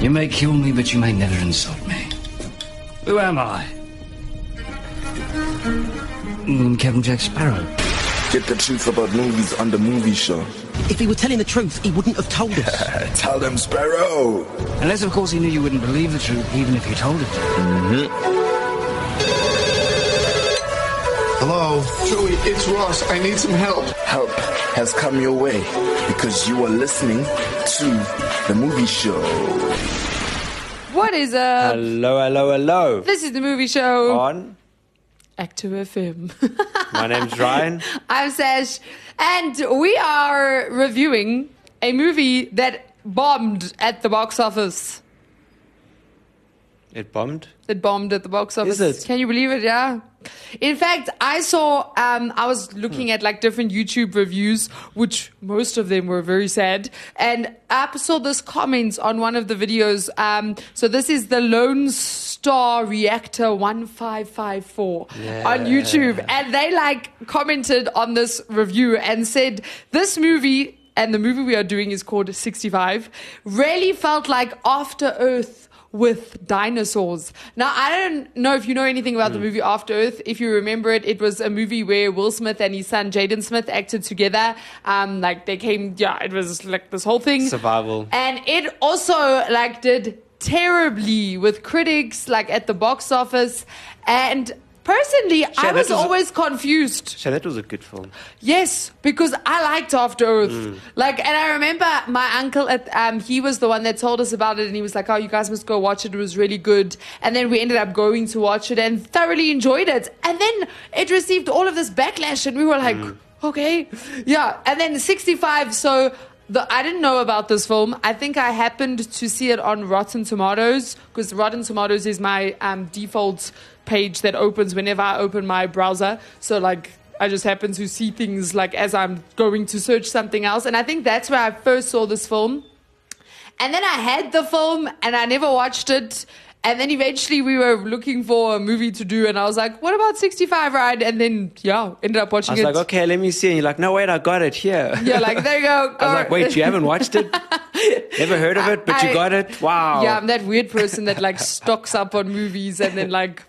You may kill me, but you may never insult me. Who am I? Mm, Captain Jack Sparrow. Get the truth about movies on the movie show. If he were telling the truth, he wouldn't have told us. Tell them, Sparrow. Unless, of course, he knew you wouldn't believe the truth, even if you told it. Hello? Joey, it's Ross. I need some help. Help has come your way because you are listening to the movie show. What is up? Hello, hello, hello. This is the movie show. On. Actor FM. My name's Ryan. I'm Sash, and we are reviewing a movie that bombed at the box office. It bombed. It bombed at the box office. it? Can you believe it? Yeah. In fact, I saw. Um, I was looking at like different YouTube reviews, which most of them were very sad, and I saw this comment on one of the videos. Um, so this is the Lone Star Reactor one five five four on YouTube, and they like commented on this review and said this movie and the movie we are doing is called 65 really felt like after earth with dinosaurs. Now, I don't know if you know anything about the movie After Earth. If you remember it, it was a movie where Will Smith and his son Jaden Smith acted together. Um, like they came, yeah, it was like this whole thing. Survival. And it also like did terribly with critics, like at the box office. And personally, I that was was a- always confused. So that was a good film. Yes, because I liked After Earth. Like, and I remember my uncle, at, um, he was the one that told us about it, and he was like, oh, you guys must go watch it. It was really good. And then we ended up going to watch it and thoroughly enjoyed it. And then it received all of this backlash, and we were like, okay. Yeah. And then 65, so. The, I didn't know about this film. I think I happened to see it on Rotten Tomatoes because Rotten Tomatoes is my um, default page that opens whenever I open my browser. So, like, I just happen to see things like as I'm going to search something else. And I think that's where I first saw this film. And then I had the film and I never watched it. And then eventually we were looking for a movie to do. And I was like, what about 65 Ride? And then, yeah, ended up I watching was it. like, okay, let me see. And you're like, no, wait, I got it here. Yeah, like, there you go. I was like, wait, you haven't watched it? Never heard of it, but I- you got it? Wow. Yeah, I'm that weird person that like stocks up on movies and then like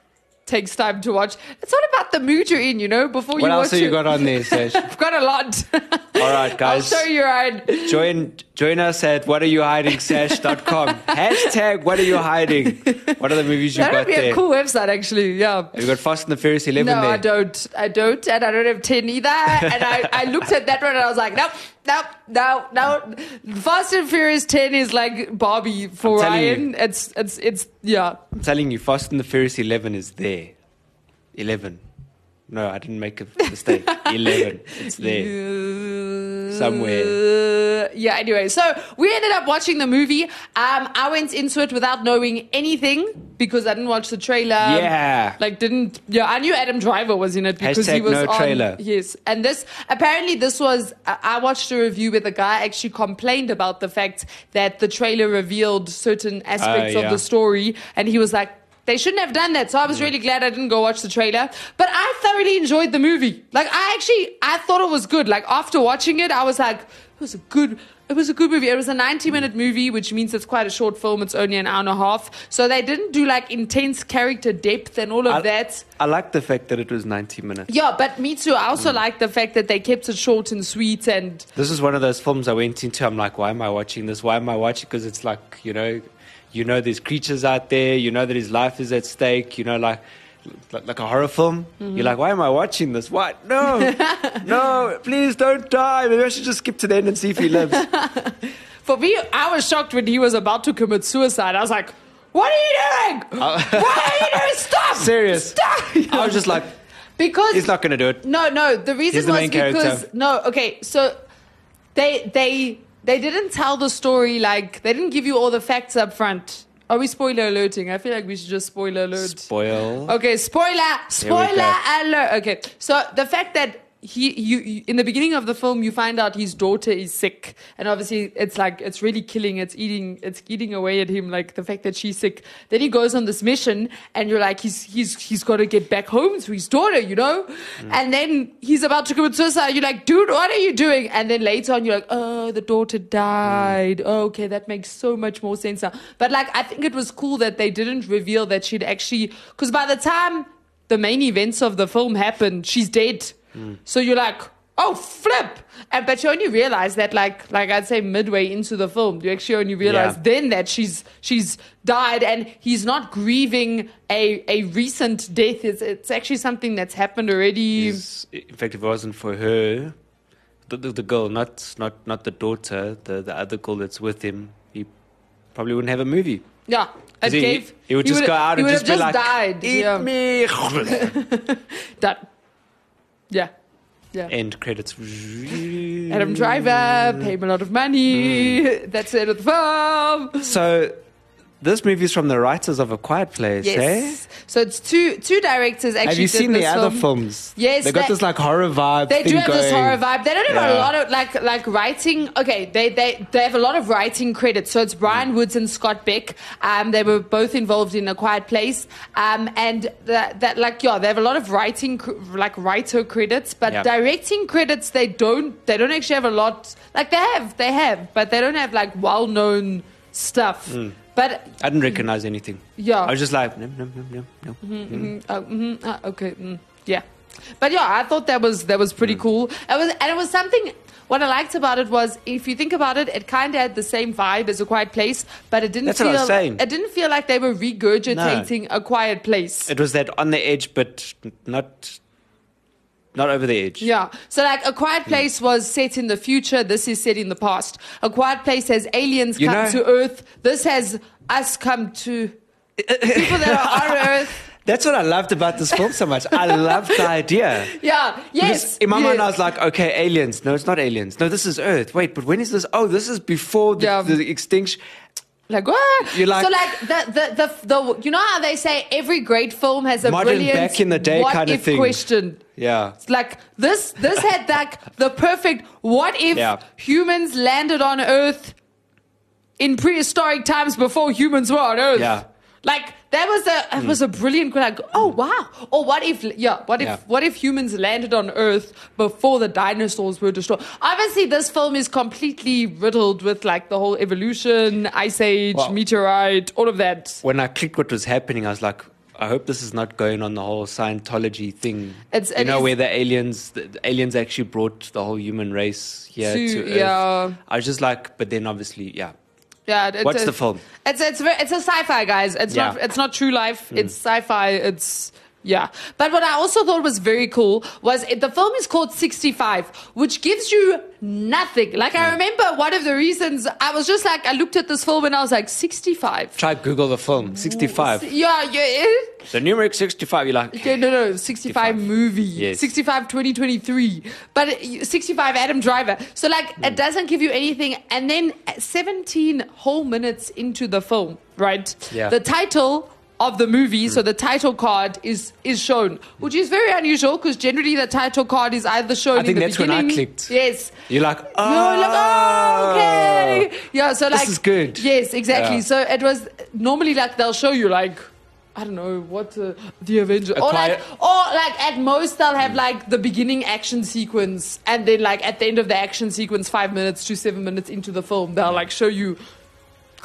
takes time to watch. It's not about the mood you're in, you know, before what you else watch have you it. got on there, Sash? I've got a lot. All right, guys. I'll show you, Ryan. Join join us at whatareyouhidingsash.com. Hashtag what are you hiding? What are the movies you That would got be there? a cool website, actually. Yeah. Have you got Fast and the Furious 11 No, there? I don't. I don't. And I don't have 10 either. And I, I looked at that one and I was like, nope, nope, no, no. Fast and Furious 10 is like Barbie for I'm telling Ryan. you. It's, it's, it's, yeah. I'm telling you, Fast and the Furious 11 is there. 11. No, I didn't make a mistake. 11. It's there. Somewhere. Uh, Yeah, anyway, so we ended up watching the movie. Um, I went into it without knowing anything because I didn't watch the trailer. Yeah. Like, didn't, yeah, I knew Adam Driver was in it because he Hashtag was no on- trailer. Yes, and this, apparently, this was, I I watched a review where the guy actually complained about the fact that the trailer revealed certain aspects of Oh, yeah. the story, and he was like, they shouldn't have done that. So I was really glad I didn't go watch the trailer. But I thoroughly enjoyed the movie. Like I actually I thought it was good. Like after watching it, I was like, it was a good it was a good movie. It was a 90 minute movie, which means it's quite a short film. It's only an hour and a half. So they didn't do like intense character depth and all of I, that. I like the fact that it was 90 minutes. Yeah, but me too. I also like the fact that they kept it short and sweet and This is one of those films I went into. I'm like, why am I watching this? Why am I watching? Because it's like, you know, you know, there's creatures out there. You know that his life is at stake. You know, like, like, like a horror film. You're like, why am I watching this? What? No, no, please don't die. Maybe I should just skip to the end and see if he lives. For me, I was shocked when he was about to commit suicide. I was like, what are you doing? what are you doing? Stop! Uh, Serious. Stop! I was just like, because he's not going to do it. No, no. The reason He's the was main because character. no. Okay, so they they they didn't tell the story like they didn't give you all the facts up front. Are we spoiler alerting? I feel like we should just spoiler alert. Spoil. Okay, spoiler, Here we spoiler go. alert. Okay, so the fact that he you, you in the beginning of the film you find out his daughter is sick and obviously it's like it's really killing it's eating it's eating away at him like the fact that she's sick then he goes on this mission and you're like he's he's he's got to get back home to his daughter you know Mm. and then he's about to commit suicide you're like dude what are you doing and then later on you're like oh the daughter died Mm. oh, okay that makes so much more sense now but like I think it was cool that they didn't reveal that she'd actually because by the time the main events of the film happen, she's dead. Hmm. So you're like, oh flip! And but you only realize that like like I'd say midway into the film, you actually only realize Yeah. then that she's she's died and he's not grieving a a recent death. It's it's actually something that's happened already. is- in fact, if it wasn't for her, the, the, the girl, not not not the daughter, the, the other girl that's with him, he probably wouldn't have a movie. yeah. It 'Cause he, gave, he, he would just go out he and would just, have be like, died. "Eat yeah. me!" Done. Yeah. Yeah. End credits. Adam Driver, Mm. pay him a lot of money. That's the end of the film. So, this movie is from the writers of A Quiet Place, eh? Yes. So it's two two directors actually. Have you did seen this the other film. films? Yes, they got they- this like horror vibe. They do thing have this going. horror vibe. They don't have a Yeah. lot of like like writing. Okay, they they they have a lot of writing credits. So Mm. it's Brian Woods and Scott Beck. Um, they were both involved in A Quiet Place. Um, and that that like yeah, they have a lot of writing cr- like writer credits, but Yeah. directing credits they don't they don't actually have a lot. Like they have they have, but they don't have like well known stuff. Mm. But I didn't recognize anything. Yeah. I was just like, no, no, no, no, no. Uh, mhm, uh, okay, mm, yeah, but yeah, I thought that was that was Mm. pretty cool. It was, and it was something. What I liked about it was, if you think about it, it kind of had the same vibe as a Quiet Place, but it didn't That's what I feel. was saying. It didn't feel like they were regurgitating a Quiet Place. It was that on the edge, but not not over the edge. Yeah. So like a Mm. Quiet Place was set in the future. This is set in the past. A Quiet Place has aliens You come know- to Earth. This has us come to people that are on Earth. That's what I loved about this film so much. I loved the idea. Yeah. Yes. Because in my mind, I yes. was like, okay, aliens. No, it's not aliens. No, this is Earth. Wait, but when is this? Oh, this is before the, Yeah. the extinction. Like what? You're like- so like the, the the the you know how they say every great film has a Modern brilliant back in the day what kind of if thing. question. Yeah. It's like this this had like the perfect what if Yeah. humans landed on Earth in prehistoric times before humans were on Earth. Yeah. Like that was a it was a brilliant like oh wow or what if yeah what if Yeah. what if humans landed on Earth before the dinosaurs were destroyed? Obviously, this film is completely riddled with like the whole evolution, ice age, Well- meteorite, all of that. When I clicked what was happening, I was like, I hope this is not going on the whole Scientology thing. It's- you it know is- where the aliens, the, the aliens actually brought the whole human race here To- to, Earth. yeah. I was just like, but then obviously, yeah, Yeah. It, What's it- the film? It's it's very, it's a sci-fi, guys. It's Yeah. Mm. not it's not true life. It's sci-fi. It's yeah. But what I also thought was very cool was it, the film is called 65, which gives you nothing. Like Mm. I remember one of the reasons I was just like I looked at this film and I was like 65. Try Google the film. Sixty-five. Yeah, yeah. eh? The numeric sixty-five. You're like, Okay, no, no, 65 movie. Yes. 65 2023. But uh, 65 Adam Driver. So, like, Hmm. it doesn't give you anything. And then uh, 17 whole minutes into the film, right? Yeah. Hmm. The title of the movie, so the title card is is shown, which is very unusual because generally the title card is either shown I think in the that's when I beginning. clicked. Yes. you're like, oh, You're like, oh, okay. Yeah, so Ah." This like. is good. Yes, exactly. Yeah. So it was normally like they'll show you like. I don't know what uh, the Avenger or like, quiet- or like at most they'll have like the beginning action sequence and then like at the end of the action sequence, five minutes to seven minutes into the film, they'll like show you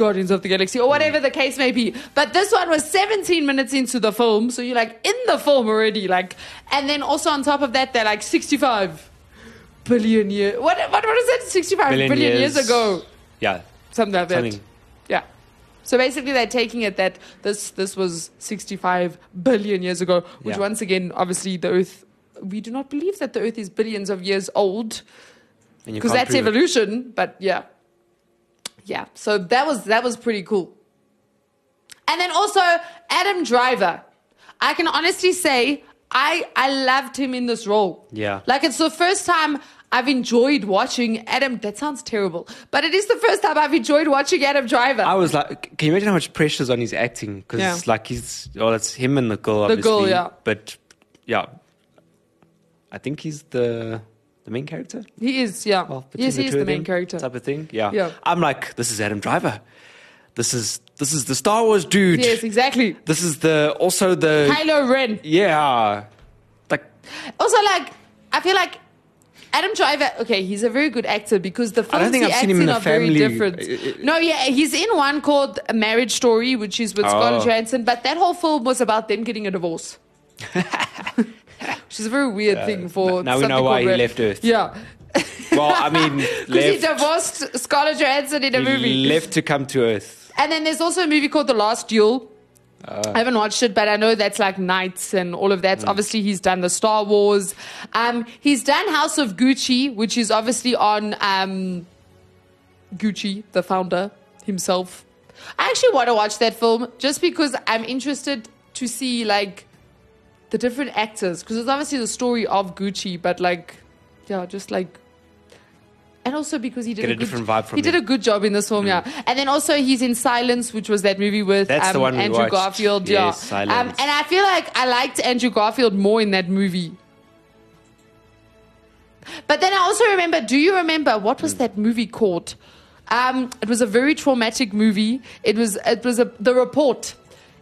Guardians of the Galaxy or whatever the case may be. But this one was 17 minutes into the film, so you're like in the film already, like, and then also on top of that, they're like 65 billion year. What what what is it? 65 billion, Billion years. ago, Yeah. something like that. Something. Yeah. So basically, they're taking it that this this was 65 billion years ago, which Yeah. once again, obviously, the Earth. We do not believe that the Earth is billions of years old And you because can't that's prove it. evolution. But yeah, yeah. So that was that was pretty cool. And then also Adam Driver, I can honestly say I I loved him in this role. Yeah. like it's the first time. I've enjoyed watching Adam. That sounds terrible, but it is the first time I've enjoyed watching Adam Driver. I was like, can you imagine how much pressure's on his acting? Because Yeah. like he's, well, it's him and the girl, The obviously. girl, yeah. But yeah, I think he's the the main character. He is, yeah. Well, between yes, he is two the of main them character. type of thing. Yeah. Yeah. I'm like, this is Adam Driver. This is this is the Star Wars dude. Yes, exactly. This is the also the Kylo Ren. yeah, like Also, like, I feel like Adam Driver. Okay, he's a very good actor because the films don't think he I've acts seen him in are a very family- different. no, yeah, he's in one called A Marriage Story, which is with Scarlett Oh. Johansson. But that whole film was about them getting a divorce. Which is a very weird thing for. n- Uh, now we something know why called he ra- left Earth. Yeah, well, I mean, because he left, divorced Scarlett Johansson in a movie. left to come to Earth. And then there's also a movie called The Last Duel. I haven't watched it, but I know that's like Knights and all of Mm. that. Obviously, he's done the Star Wars. Um, he's done House of Gucci, which is obviously on um, Gucci, the founder himself. I actually want to watch that film just because I'm interested to see like the different actors because it's obviously the story of Gucci, but like, yeah, just like. And also because he did Get a good- different vibe from Mm. he did him. a good job in this film, yeah. And then also he's in Silence, which was that movie with That's um, the one we Andrew watched. Garfield, Yes, yeah. Silence. Um, and I feel like I liked Andrew Garfield more in that movie. But then I also remember. Do you remember what Hmm. was that movie called? Um, it was a very traumatic movie. It was it was a, the report.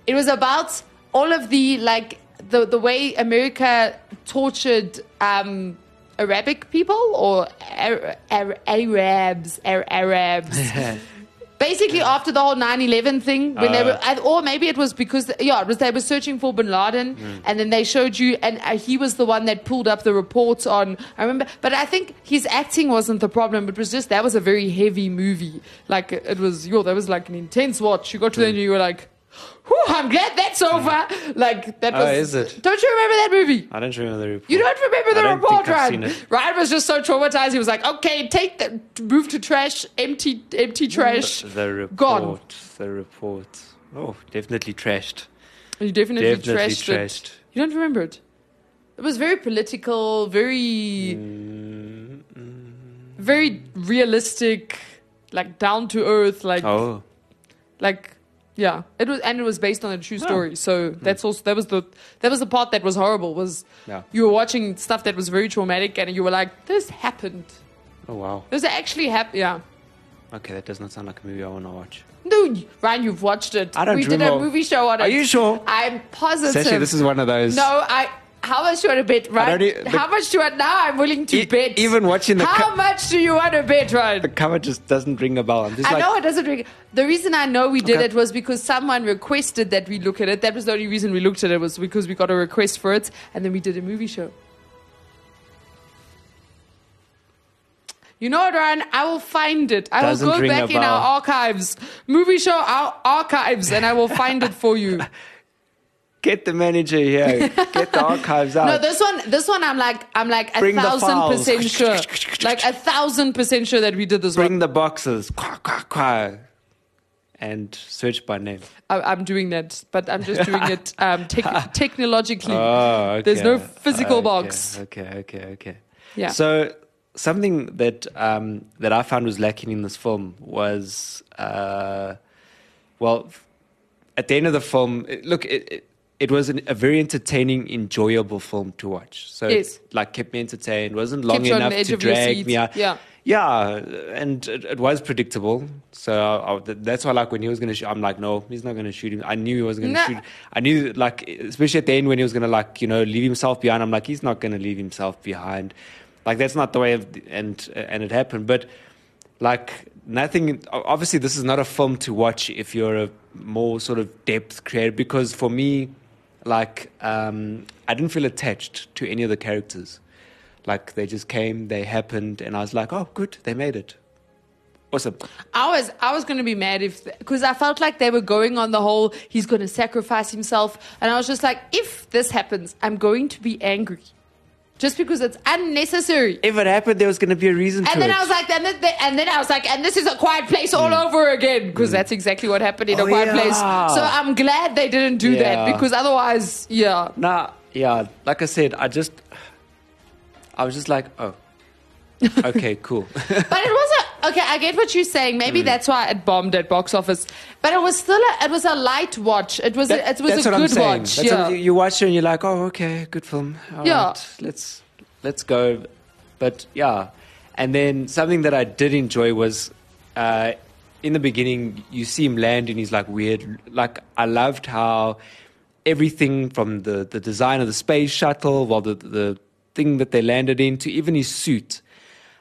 It was about all of the like the the way America tortured um, Arabic people or Ar- Ar- Arabs, Ar- Arabs. Basically, after the whole 9/11 thing, when Uh. they were, and- or maybe it was because yeah, it was they were searching for Bin Laden, Mm. and then they showed you, and uh, he was the one that pulled up the reports on. I remember, but I think his acting wasn't the problem. It was just that was a very heavy movie. Like it was, yo, that was like an intense watch. You got to the end, and you were like, "Whew, I'm glad that's over." Like that Oh, was. is it? Don't you remember that movie? I don't remember the report. You don't remember the I don't report, think I've Ryan? seen it. Ryan was just so traumatized. He was like, "Okay, take the move to trash, empty, empty trash, The report. gone." The report. Oh, definitely trashed. You definitely, Definitely trashed, it. trashed. You don't remember it. It was very political, very, very realistic, like down to earth, like, Oh, like, yeah. It was, and it was based on a true story. So Hmm. that's also that was the that was the part that was horrible. Was Yeah. you were watching stuff that was very traumatic, and you were like, "This happened. oh wow. This actually happened." Yeah. Okay, that does not sound like a movie I want to watch. No, you- Ryan, you've watched it. I don't We did a remember. movie show on it. Are you sure? I'm positive. Essentially, this is one of those. No, I. How much do you want to bet, Ryan? don't e- the- how much do you want now? I'm willing to E- bet. even watching the How co- much do you want to bet, Ryan? The cover just doesn't ring a bell. I'm just I like, know it doesn't ring. The reason I know we did Okay. it was because someone requested that we look at it. That was the only reason we looked at it was because we got a request for it, and then we did a movie show. You know what, Ryan? I will find it. I Doesn't will go ring a back in bell. our archives, movie show our archives, and I will find it for you. get the manager here, get the archives out. No, this one, this one, I'm like, I'm like a Uh, Bring the thousand files. percent sure, like a thousand percent sure that we did this Bring one. the boxes, quack, quack, quack, and search by name. I, I'm doing that, but I'm just doing it um, tech technologically. Oh, There's no okay. physical Okay, box. Okay, okay, okay. Yeah. So something that um, that I found was lacking in this film was, uh, well, at the end of the film, it, look, it, it, it was an, a very entertaining, enjoyable film to watch. So Yes. it, like kept me entertained. wasn't long you on the enough edge to of your drag seat. me out. Yeah. Yeah, and it, it was predictable. So I, I- that's why, like, when he was going to shoot, I'm like, no, he's not going to shoot him. I knew he was going to No. shoot. I knew, like, especially at the end when he was going to, like, you know, leave himself behind. I'm like, he's not going to leave himself behind. Like, that's not the way, of, and and it happened. But like nothing obviously this is not a film to watch if you're a more sort of depth creator because for me like um i didn't feel attached to any of the characters like they just came they happened and i was like oh good they made it awesome I was, I was gonna be mad if, because I felt like they were going on the whole, he's gonna sacrifice himself, and I was just like, if this happens, I'm going to be angry, just because it's unnecessary. if it happened there was going to be a reason to And then it. Mm. I was like, and then, th- and then I was like, and this is a quiet place all over again because that's exactly what happened in a Oh, quiet yeah. place. So I'm glad they didn't do that Yeah. because otherwise, yeah, Nah, yeah. Like I said, I just, I was just like, oh, okay, cool. but it was a okay. I get what you're saying. Mm. Maybe that's why it bombed at box office. But it was still a, it was a light watch. It was a, it was a good watch. That's yeah. what you you watch it and you're like, oh, okay, good film. All Yeah. right, let's let's go. But yeah. And then something that I did enjoy was uh, in the beginning, you see him land and he's like weird. Like, I loved how everything from the, the design of the space shuttle, well, the, the thing that they landed in, to even his suit,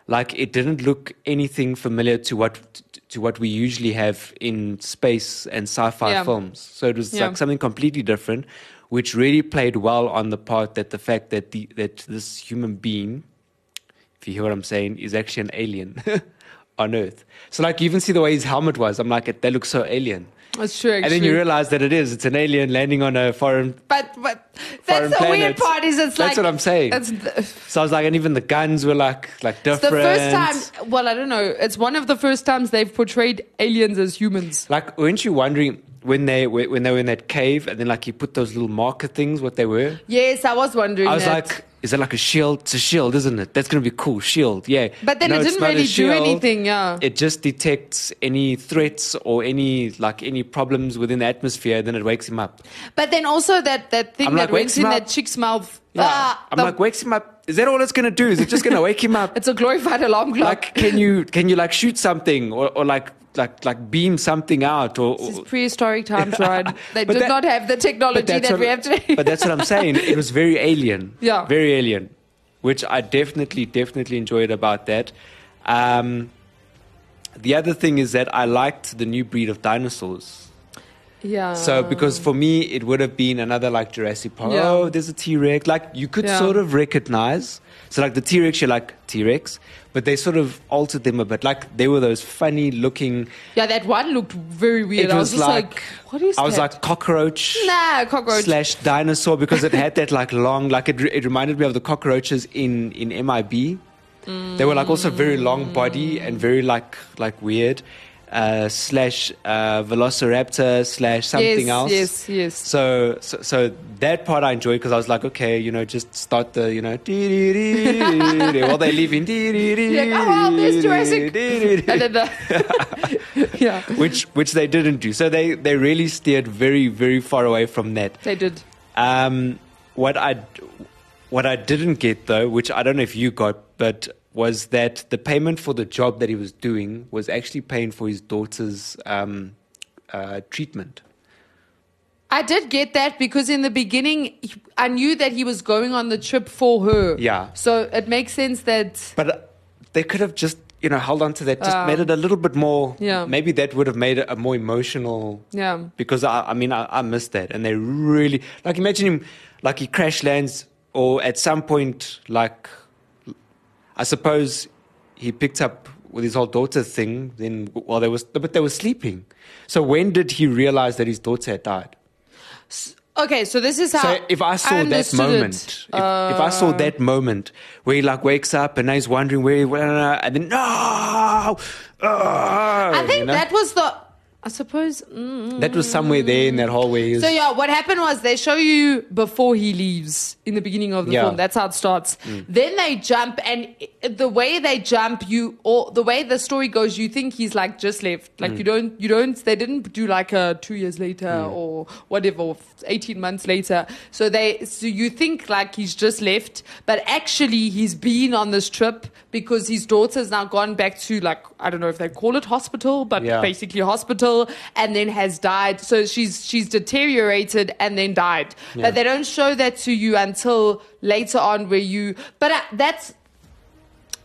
like it didn't look anything familiar to what to what we usually have in space and sci-fi Yeah. films. So it was Yeah. like something completely different, which really played well on the part that the fact that the that this human being, if you hear what I'm saying, is actually an alien on Earth. So like you even see the way his helmet was. I'm like, that looks so alien. That's true. And then you actually. realize that it is. It's an alien landing on a foreign But, but foreign that's the weird planets. part is it's That's like what I'm saying. It's the, it's So I was like, and even the guns were like like the different. first time. Well, I don't know. It's one of the first times they've portrayed aliens as humans. Like, weren't you wondering when they were- when they were in that cave and then like you put those little marker things what they were? Yes, I was wondering. I was that. like, is it like a shield? It's a shield, isn't it? That's gonna be cool, shield, yeah. But then it it's didn't not a really do shield. anything, yeah. It just detects any threats or any like any problems within the atmosphere. Then it wakes him up. but then also that that thing I'm that like, went wakes in him that up. chick's mouth. Yeah. Ah, I'm the- like, wakes him up. Is that all it's gonna do? Is it just gonna wake him up? It's a glorified alarm clock. like can you can you like shoot something or, or like like like beam something out or, This is or- prehistoric times, right? They But did that- not have the technology but that that's what- we have today. but that's what I'm saying. It was very alien. Yeah. Very alien. Which I definitely, definitely enjoyed about that. Um, the other thing is that I liked the new breed of dinosaurs. yeah. So because for me it would have been another like Jurassic Park. Ah. Yeah. Oh, there's a T Rex. Like you could Yeah. sort of recognize. So like the T Rex, you're like T Rex, but they sort of altered them a bit. Like they were those funny looking. yeah, that one looked very weird. It I was was, just like, like, what is I was that? like cockroach. nah, cockroach. Slash dinosaur because it had that like long like it, re- it reminded me of the cockroaches in in MIB. Mm. They were like also very long body and very like like weird. Uh, slash uh, Velociraptor slash something Yes, else. yes, yes. So, so so that part I enjoyed because I was like, okay, you know, just start the you know dee-dee-dee-dee-dee, while they live in You're like, oh, well, there's Jurassic. dee-dee-dee-dee-dee-dee-dee-dee. And then the- yeah, which which they didn't do. So they they really steered very very far away from that. they did. Um, what I what I didn't get though, which I don't know if you got, but was that the payment for the job that he was doing was actually paying for his daughter's um, uh, treatment. I did get that because in the beginning, he- I knew that he was going on the trip for her. Yeah. So it makes sense that. But uh, they could have just you know held on to that, just Um, made it a little bit more. yeah. Maybe that would have made it a more emotional. Yeah. Because I, I mean I, I missed that, and they really like imagine him like he crash lands or at some point like I suppose he picked up with his whole daughter thing. Then while they was but they were sleeping, so when did he realize that his daughter had died? Okay, so this is how. So if I saw that understood moment, it. if, if I Uh, saw that moment where he like wakes up and now he's wondering where, he, and then no, oh, I think that was the. I suppose. Mm, that was somewhere there in that hallway. Is, So yeah, what happened was they show you before he leaves in the beginning of the Yeah. Mm. film. That's how it starts. Then they jump, and i- the way they jump, you or the way the story goes, you think he's like just left. Like Mm. you don't, you don't. They didn't do like a two years later or whatever, or f- eighteen months later. So they, so you think like he's just left, but actually he's been on this trip because his daughter's now gone back to like I don't know if they call it hospital, but Yeah. basically basically hospital and then has died. So she's she's deteriorated and then died. But they don't show that to you until later on, where you. But I, that's.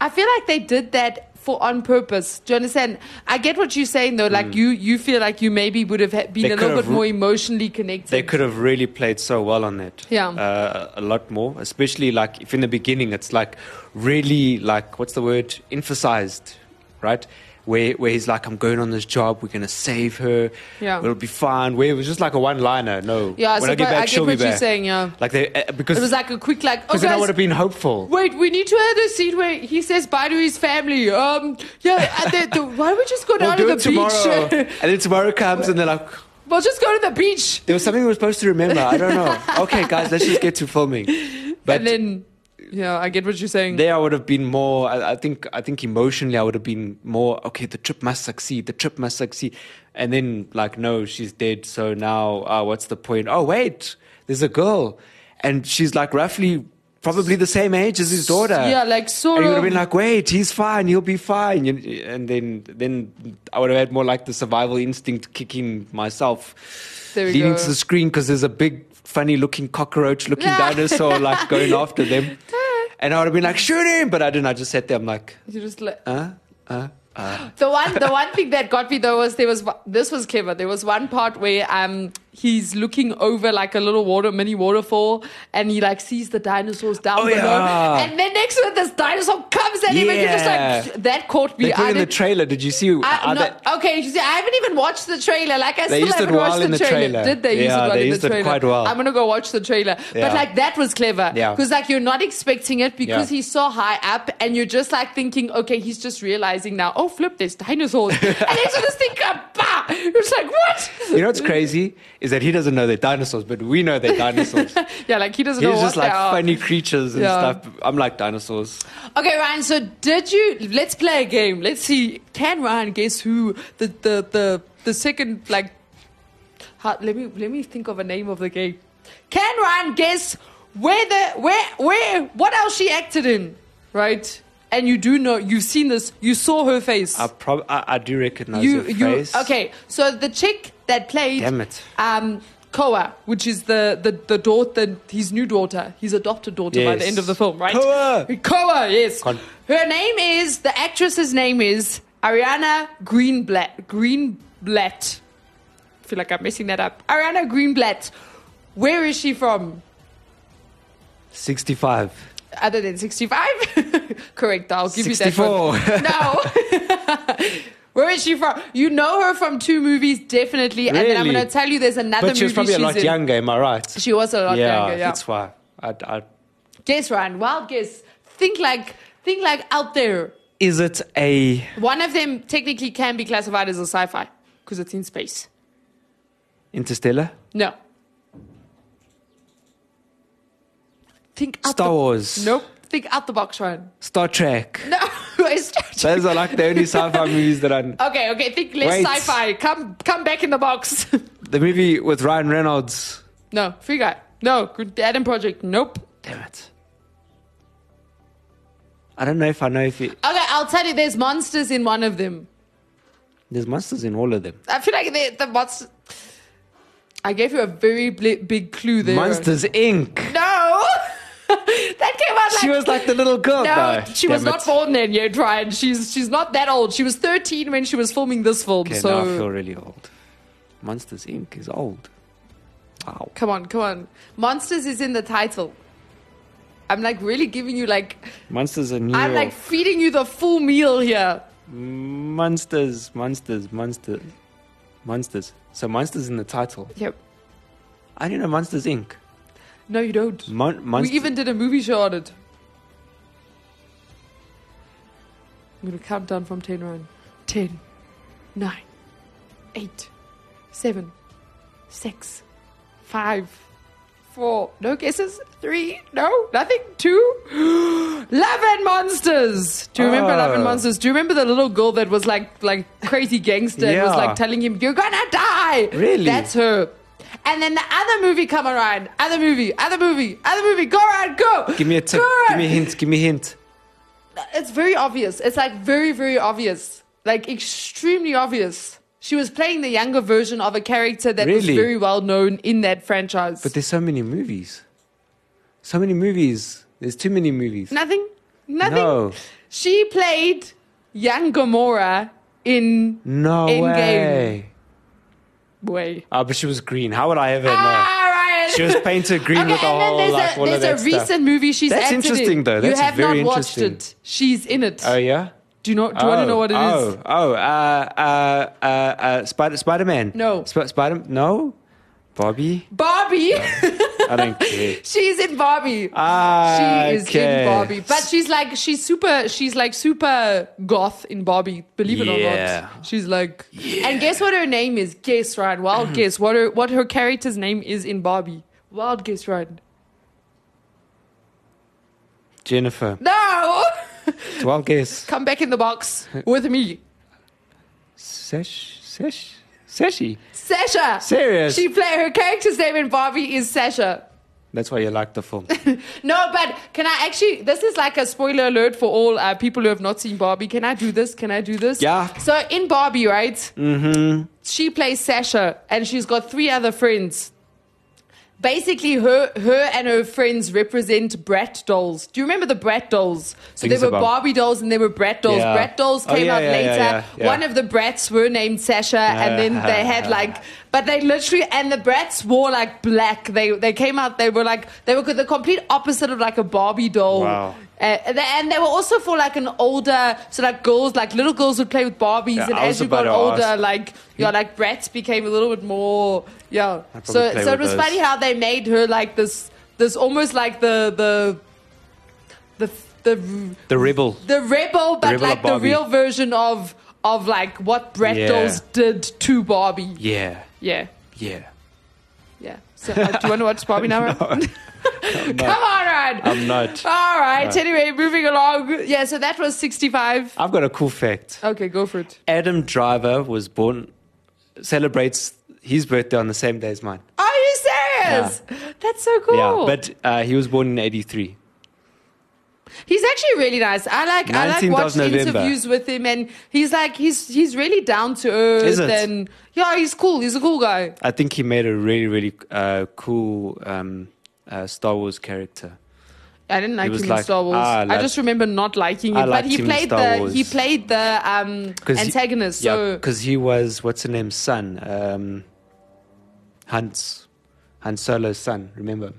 I feel like they did that for on purpose. Do you understand? I get what you're saying though. Like you, you feel like you maybe would have ha- been Mm. They a could little have bit re- more emotionally connected. they could have really played so well on that. Yeah. uh, a lot more, especially like if in the beginning it's like really like what's the word emphasized, right? Where where he's like, I'm going on this job, we're gonna save her, Yeah. it'll be fine. Where it was just like a one liner. No, Yeah, I when I get suppose- back, I get she'll be what you're back. saying, yeah. like they uh, because It was like a quick like. Oh Because then I guys, would have been hopeful. Wait, we need to add a scene where he says bye to his family. Um, yeah, and then the, why don't we just go We'll down do to it the tomorrow. and beach? then tomorrow comes and they're like, we'll just go to the beach. there was something we were supposed to remember. I don't know. okay, guys, let's just get to filming. But and then yeah, I get what you're saying. there I would have been more, I, I think I think emotionally I would have been more, okay, the trip must succeed. The trip must succeed. And then like, no, she's dead. So now uh, what's the point? Oh, wait, there's a girl. And she's like roughly probably the same age as his daughter. Yeah, like, sort And you would have of. been like, wait, he's fine, he'll be fine. You- And then, then I would have had more like the survival instinct kicking myself, There we leaning go. to the screen because there's a big, funny looking cockroach looking dinosaur like going after them. And I would have been like, shoot him! But I didn't. I just sat there. I'm like, You just like, huh? Huh? The one, the one thing that got me though was there was this was clever. There was one part where um he's looking over like a little water mini waterfall, and he like sees the dinosaurs down Oh, below, yeah. and then next to it this dinosaur comes at him, and Yeah. you're just like that caught me. They put I in the didn't- trailer. Did you see? I, how no, they- okay, you see, I haven't even watched the trailer. Like I still used it haven't well watched in the the trailer. trailer. Did they use Yeah, it well they in used the it trailer? quite well. I'm gonna go watch the trailer. But Yeah. like that was clever. Yeah. Because like you're not expecting it because Yeah. he's so high up and you're just like thinking, okay, he's just realizing now, oh flip, there's dinosaurs. and then so this thing comes, bah! You're just like, what? You know what's crazy is that he doesn't know they're dinosaurs, but we know they're dinosaurs. yeah, like he doesn't know He's what just they like are. funny creatures and Yeah. stuff. I'm like dinosaurs. Okay, Ryan. So did you? Let's play a game. Let's see. Can Ryan guess who the the the, the second like? How, let me let me think of a name of the game. Can Ryan guess where the where where what else she acted in? Right. And you do know you've seen this. You saw her face. I prob- I, I do recognize you her you face. okay? So the chick that played Damn it. um. Koa, which is the the the daughter, his new daughter, his adopted daughter by the Yes. end of the film, right? Koa! Koa, yes. Con- Her name is the actress's name is Ariana Greenblatt. Greenblatt. I feel like I'm messing that up. Ariana Greenblatt. Where is she from? 65. Other than 65? Correct. I'll give you 64. that. One. No. Where is she from? You know her from two movies, definitely. And then I'm Really? going to tell you there's another But she was movie probably a she's lot in. younger, am I right? She was a lot yeah, younger. Yeah. that's why. I, I, Guess, Ryan. Wild guess. Think like, think like out there. is it a. One of them technically can be classified as a sci-fi because it's in space. Interstellar? No. Think out Star the- Wars. Nope. Think out the box, Ryan. Star Trek. No. it's Those are like the only sci fi movies that I. okay. Okay. Think less Wait. sci-fi. Come, come back in the box. The movie with Ryan Reynolds. no. Free guy. No. Good Adam Project. Nope. Damn it. I don't know if I know if it, Okay. I'll tell you. There's monsters in one of them. there's monsters in all of them. I feel like the the monsters. I gave you a very bl- big clue there. Monsters Inc. No. that came out like She was like the little girl. No, though. she was Damn not it. born then yet, Ryan. She's she's not that old. She was 13 when she was filming this film. Okay, now I feel so really old. Monsters Inc. is old. Wow. come on, come on. Monsters is in the title. I'm like really giving you like Monsters are new. I'm like feeding you the full meal here. monsters, monsters, monsters, monsters. So monsters in the title. Yep. I didn't know Monsters Inc. No, you don't. Mon- monster- we even did a movie show on it. I'm gonna count down from ten, Ryan. Ten, nine, eight, seven, six, five, four. No guesses. Three. No. Nothing. Two. Love and Monsters. Do you remember Love and Oh. Monsters? Do you remember the little girl that was like like crazy gangster and was Yeah. like telling him, "You're gonna die." Really? That's her. And then the other movie come around. Other movie, other movie, other movie. Go around, go. Give me a tip. Go Give around. me a hint. Give me a hint. It's very obvious. It's like very, very obvious. Like extremely obvious. She was playing the younger version of a character that was Really? very well known in that franchise. But there's so many movies. So many movies. There's too many movies. nothing, nothing. No. She played young Gamora in No Endgame. way. way. Ah, but she was green. How would I ever know? Ah, Ryan. She was painted green Okay, with the and then whole there's like a, all of there's that a stuff. recent movie she's That's acted in. interesting, though. That's you have very not watched it. interesting. She's in it. Oh yeah. do you know? Do you want to know what it is? oh, Oh, uh, uh, uh, uh, Spider Spider Man. No. Sp- Spider no, Bobby. Barbie. I don't care. she's in Barbie. Ah, she is okay. in Barbie, but she's like she's super. She's like super goth in Barbie. Believe it Yeah. or not, she's like. And guess what her name is? Guess right. Mm. Wild guess what her what her character's name is in Barbie. Wild guess right. Jennifer. No, Well, guess. come back in the box with me. Sesh, sesh, seshi. Sasha. Serious? She play her character's name in Barbie is Sasha. That's why you like the film. No, but can I actually? This is like a spoiler alert for all uh, people who have not seen Barbie. Can I do this? Can I do this? Yeah. So in Barbie, right? Mm-hmm. She plays Sasha, and she's got three other friends. Basically, her her and her friends represent Brat dolls. Do you remember the Brat dolls? So Things there were about- Barbie dolls and there were Brat dolls. Yeah. Brat dolls Oh, came yeah, out yeah, yeah, later. yeah, yeah. One of the Brats were named Sasha, and then they had like, but they literally and the Brats wore like black. They they came out. They were like they were the complete opposite of like a Barbie doll. Wow. Uh, and they- and they were also for like an older, so like girls, like little girls would play with Barbies, Yeah, and I as was you got about to older, ask. like yeah, like brats became a little bit more yeah. I'd probably So play so it with was those. funny how they made her like this, this almost like the the the the the Rebel. the rebel, but rebel like of the Barbie. real version of of like what Brett Yeah. dolls did to Barbie. Yeah, Yeah, yeah. yeah. So uh, do you want to watch Barbie now? Ryan? Come on, Ryan. I'm not. All right. Anyway, moving along. Yeah. So that was sixty-five. I've got a cool fact. Okay, go for it. Adam Driver was born, celebrates his birthday on the same day as mine. Are you serious? That's so cool. Yeah, but uh, he was born in '83. He's actually really nice. I like I like 19th of watching November. interviews with him, and he's like he's he's really down to earth, Is it? and yeah, he's cool. He's a cool guy. I think he made a really, really uh, cool um, uh, Star Wars character. I didn't like was him in like, Star Wars. ah, I like- just remember not liking I him. But liked he him in played Star the Wars. he played the um 'Cause he- antagonist. yeah, so because he was what's the name's son, um, Hans, Han Solo's son. Remember?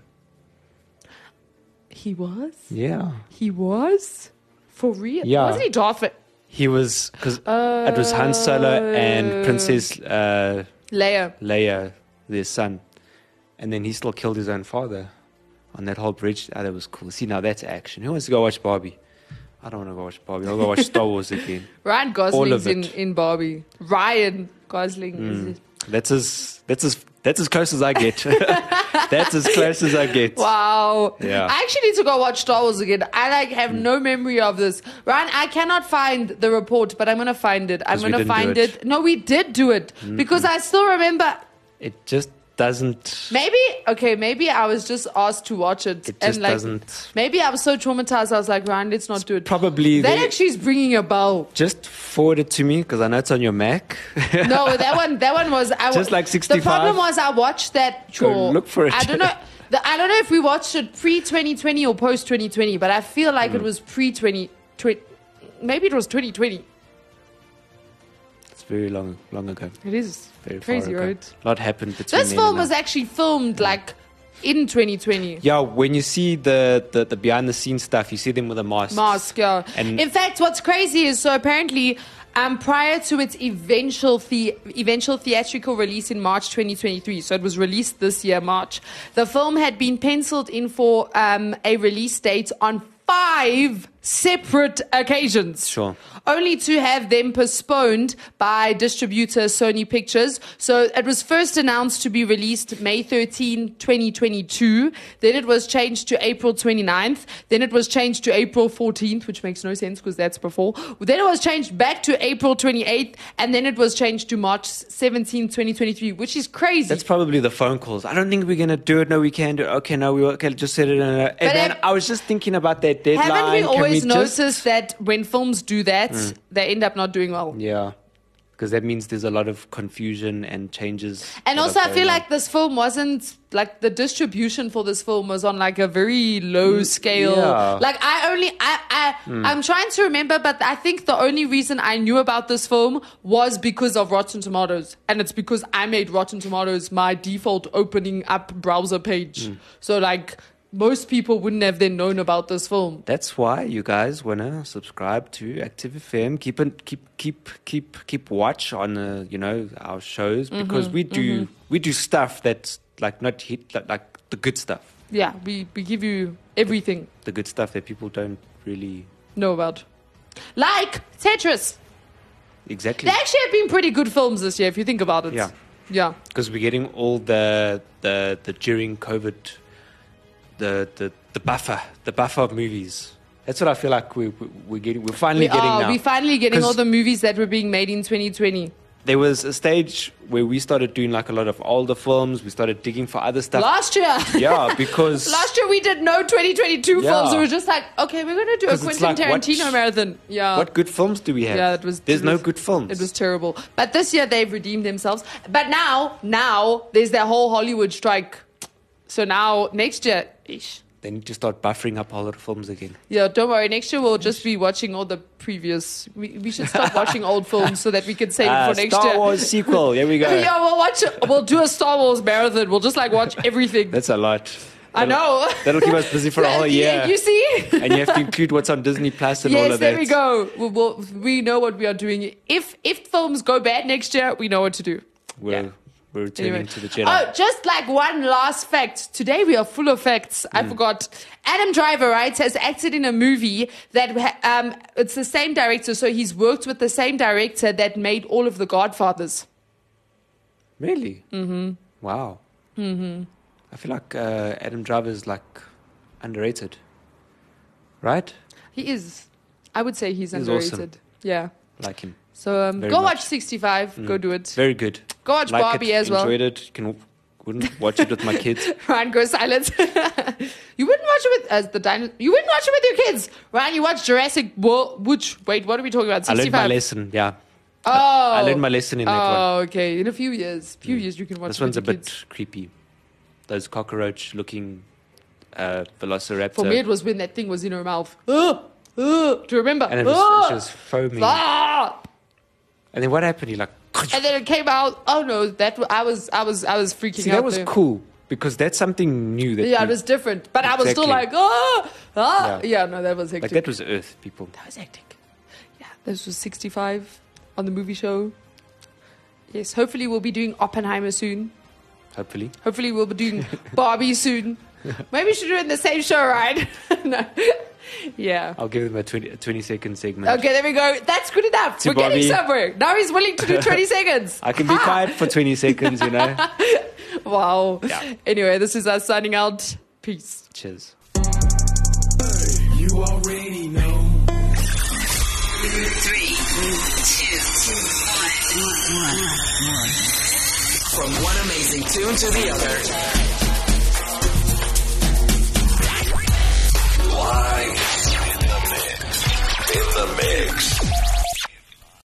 he was Yeah, he was for real. Yeah. wasn't he Darth? Va- he was because it was Han Solo Oh. and Princess uh, Leia. Leia, their son, and then he still killed his own father on that whole bridge. Ah, that was cool. See, now that's action. Who wants to go watch Barbie? I don't want to go watch Barbie. I'll go watch Star Wars again. Ryan Gosling's in, it. Mm. in Barbie. Ryan Gosling is That's as that's as that's as close as I get. that's as close as I get. Wow. Yeah. Mm. I actually need to go watch Star Wars again. I like have no memory of this. Ryan, I cannot find the report, but I'm gonna find it. I'm 'Cause we gonna didn't do find it. Mm-hmm. it. No, we did do it. Because I still remember It just doesn't. Maybe okay. Maybe I was just asked to watch it, It and just like doesn't- maybe I was so traumatized. I was like, Ryan, let's not do it. Probably that they- actually is ringing a bell. Just forward it to me because I know it's on your Mac. No, that one. That one was I wa- Just like The problem 65. was I watched that. Go Sure, look for it. I don't know. The, I don't know if we watched it pre 2020 or post 2020, but I feel like Mm. it was pre 20. twe- Maybe it was 2020. it's very long, long ago. It is Very far crazy, ago. right? A lot happened between. This then film and was now. actually filmed like in 2020. Yeah, when you see the, the, the behind the scenes stuff, you see them with a mask. mask. Yeah. And- In fact, what's crazy is so apparently, um, prior to its eventual the- eventual theatrical release in March 2023, so it was released this year, March. The film had been penciled in for um, a release date on five separate occasions Sure. only to have them postponed by distributor Sony Pictures. So it was first announced to be released May 13, 2022. Then it was changed to April 29th. Then it was changed to April 14th, which makes no sense because that's before. Then it was changed back to April 28th. And then it was changed to March 17, 2023, which is crazy. That's probably the phone calls. I don't think we're gonna do it. No, we can do it. Okay, no, we will. okay. Just set it in. A, hey, But man, have- I was just thinking about that deadline. Haven't we Can always just- Mm. noticed that when films do that, they end up not doing well? Yeah, because that means there's a lot of confusion and changes. And that also, are I feel going on. like this film wasn't like the distribution for this film was on like a very low scale. Mm, yeah. Mm. Like I only I I I'm trying to remember, but I think the only reason I knew about this film was because of Rotten Tomatoes, and it's because I made Rotten Tomatoes my default opening up browser page. Mm. So like most people wouldn't have then known about this film. That's why you guys wanna subscribe to Active FM. Keep an, keep keep keep keep watch on uh, you know our shows Mm-hmm, because we do we do stuff that's like not hit like, like the good stuff, Yeah, we we give you everything the good stuff that people don't really know about, like Tetris. exactly. They actually have been pretty good films this year, if you think about it. Hmm. Yeah. Yeah. because we're getting all the the the during COVID, the the the buffer, the buffer of movies. That's what I feel like we, we we're getting. We're finally We getting are. now. We're finally getting all 'Cause- the movies that were being made in 2020. there was a stage where we started doing like a lot of older films. We started digging for other stuff. Last year. yeah, because Last year we did no 2022 Yeah. films. It was just like, okay, we're gonna do a 'Cause it's Quentin like, what- Tarantino marathon. Yeah. what good films do we have? yeah, it was. There's it no was- good films. It was terrible. But this year they've redeemed themselves. But now, now there's that whole Hollywood strike. So now next year, ish. they need to start buffering up all the films again. Yeah, don't worry. Next year we'll just be watching all the previous. We, we should stop watching old films so that we can save it Ah, for next Star year. Wars sequel. Here we go. yeah, we'll watch. We'll do a Star Wars marathon. We'll just like watch everything. That's a lot. I know. That'll keep us busy for a whole year. Yeah, you see. and you have to include what's on Disney Plus and all Yes, of there that. we go. We, will we know what we are doing. If if films go bad next year, we know what to do. We're, Yeah. we're returning Anyway. to the Jedi. Oh, just like one last fact. Today we are full of facts. Hmm. I forgot. Adam Driver, right, has acted in a movie that um, it's the same director. So he's worked with the same director that made all of the Godfathers. Really? Mm-hmm. Wow. Mm-hmm. I feel like uh, Adam Driver is like underrated, right? He is, I would say, he's, He's underrated. awesome. Yeah. Like him. So um, go Very much. Mm. watch 65. Go do it. Very good. Go watch like Barbie it, as well. Enjoyed it. Can wouldn't watch it with my kids. Ryan goes silent. you wouldn't watch it with as the dino- You wouldn't watch it with your kids, Ryan. You watch Jurassic World. Which wait, what are we talking about? I learned my 65? lesson. Yeah, Oh, I learned my lesson in that Oh, okay. In a few years, few years you can one. watch. Mm. This it with one's a your bit kids. creepy. Those cockroach-looking uh, velociraptor. For me, it was when that thing was in her mouth. Ugh, ugh. do you remember? and it was, Ugh. it was foaming. Ah! And then what happened? He like. And then it came out. Oh no, that w- I was, I was, I was freaking See, out. that was there. cool because that's something new. That Yeah, it we- was different, but I was still like, Exactly. ah, ah. Yeah. Yeah, no, that was hectic. like that was Earth people. That was hectic. Yeah, this was 65 on the movie show. Yes, hopefully we'll be doing Oppenheimer soon. Hopefully. Hopefully we'll be doing Barbie soon. Maybe we should do it in the same show, right? no. Yeah. I'll give them a 20, a 20 second segment. Okay, there we go. That's good enough. To We're Barbie. getting somewhere. Now he's willing to do 20 seconds. I can be Ha! quiet for 20 seconds, you know? Wow. Yeah. Anyway, this is us signing out. Peace. Cheers. You already know. Three, two, one. From one amazing tune to the other.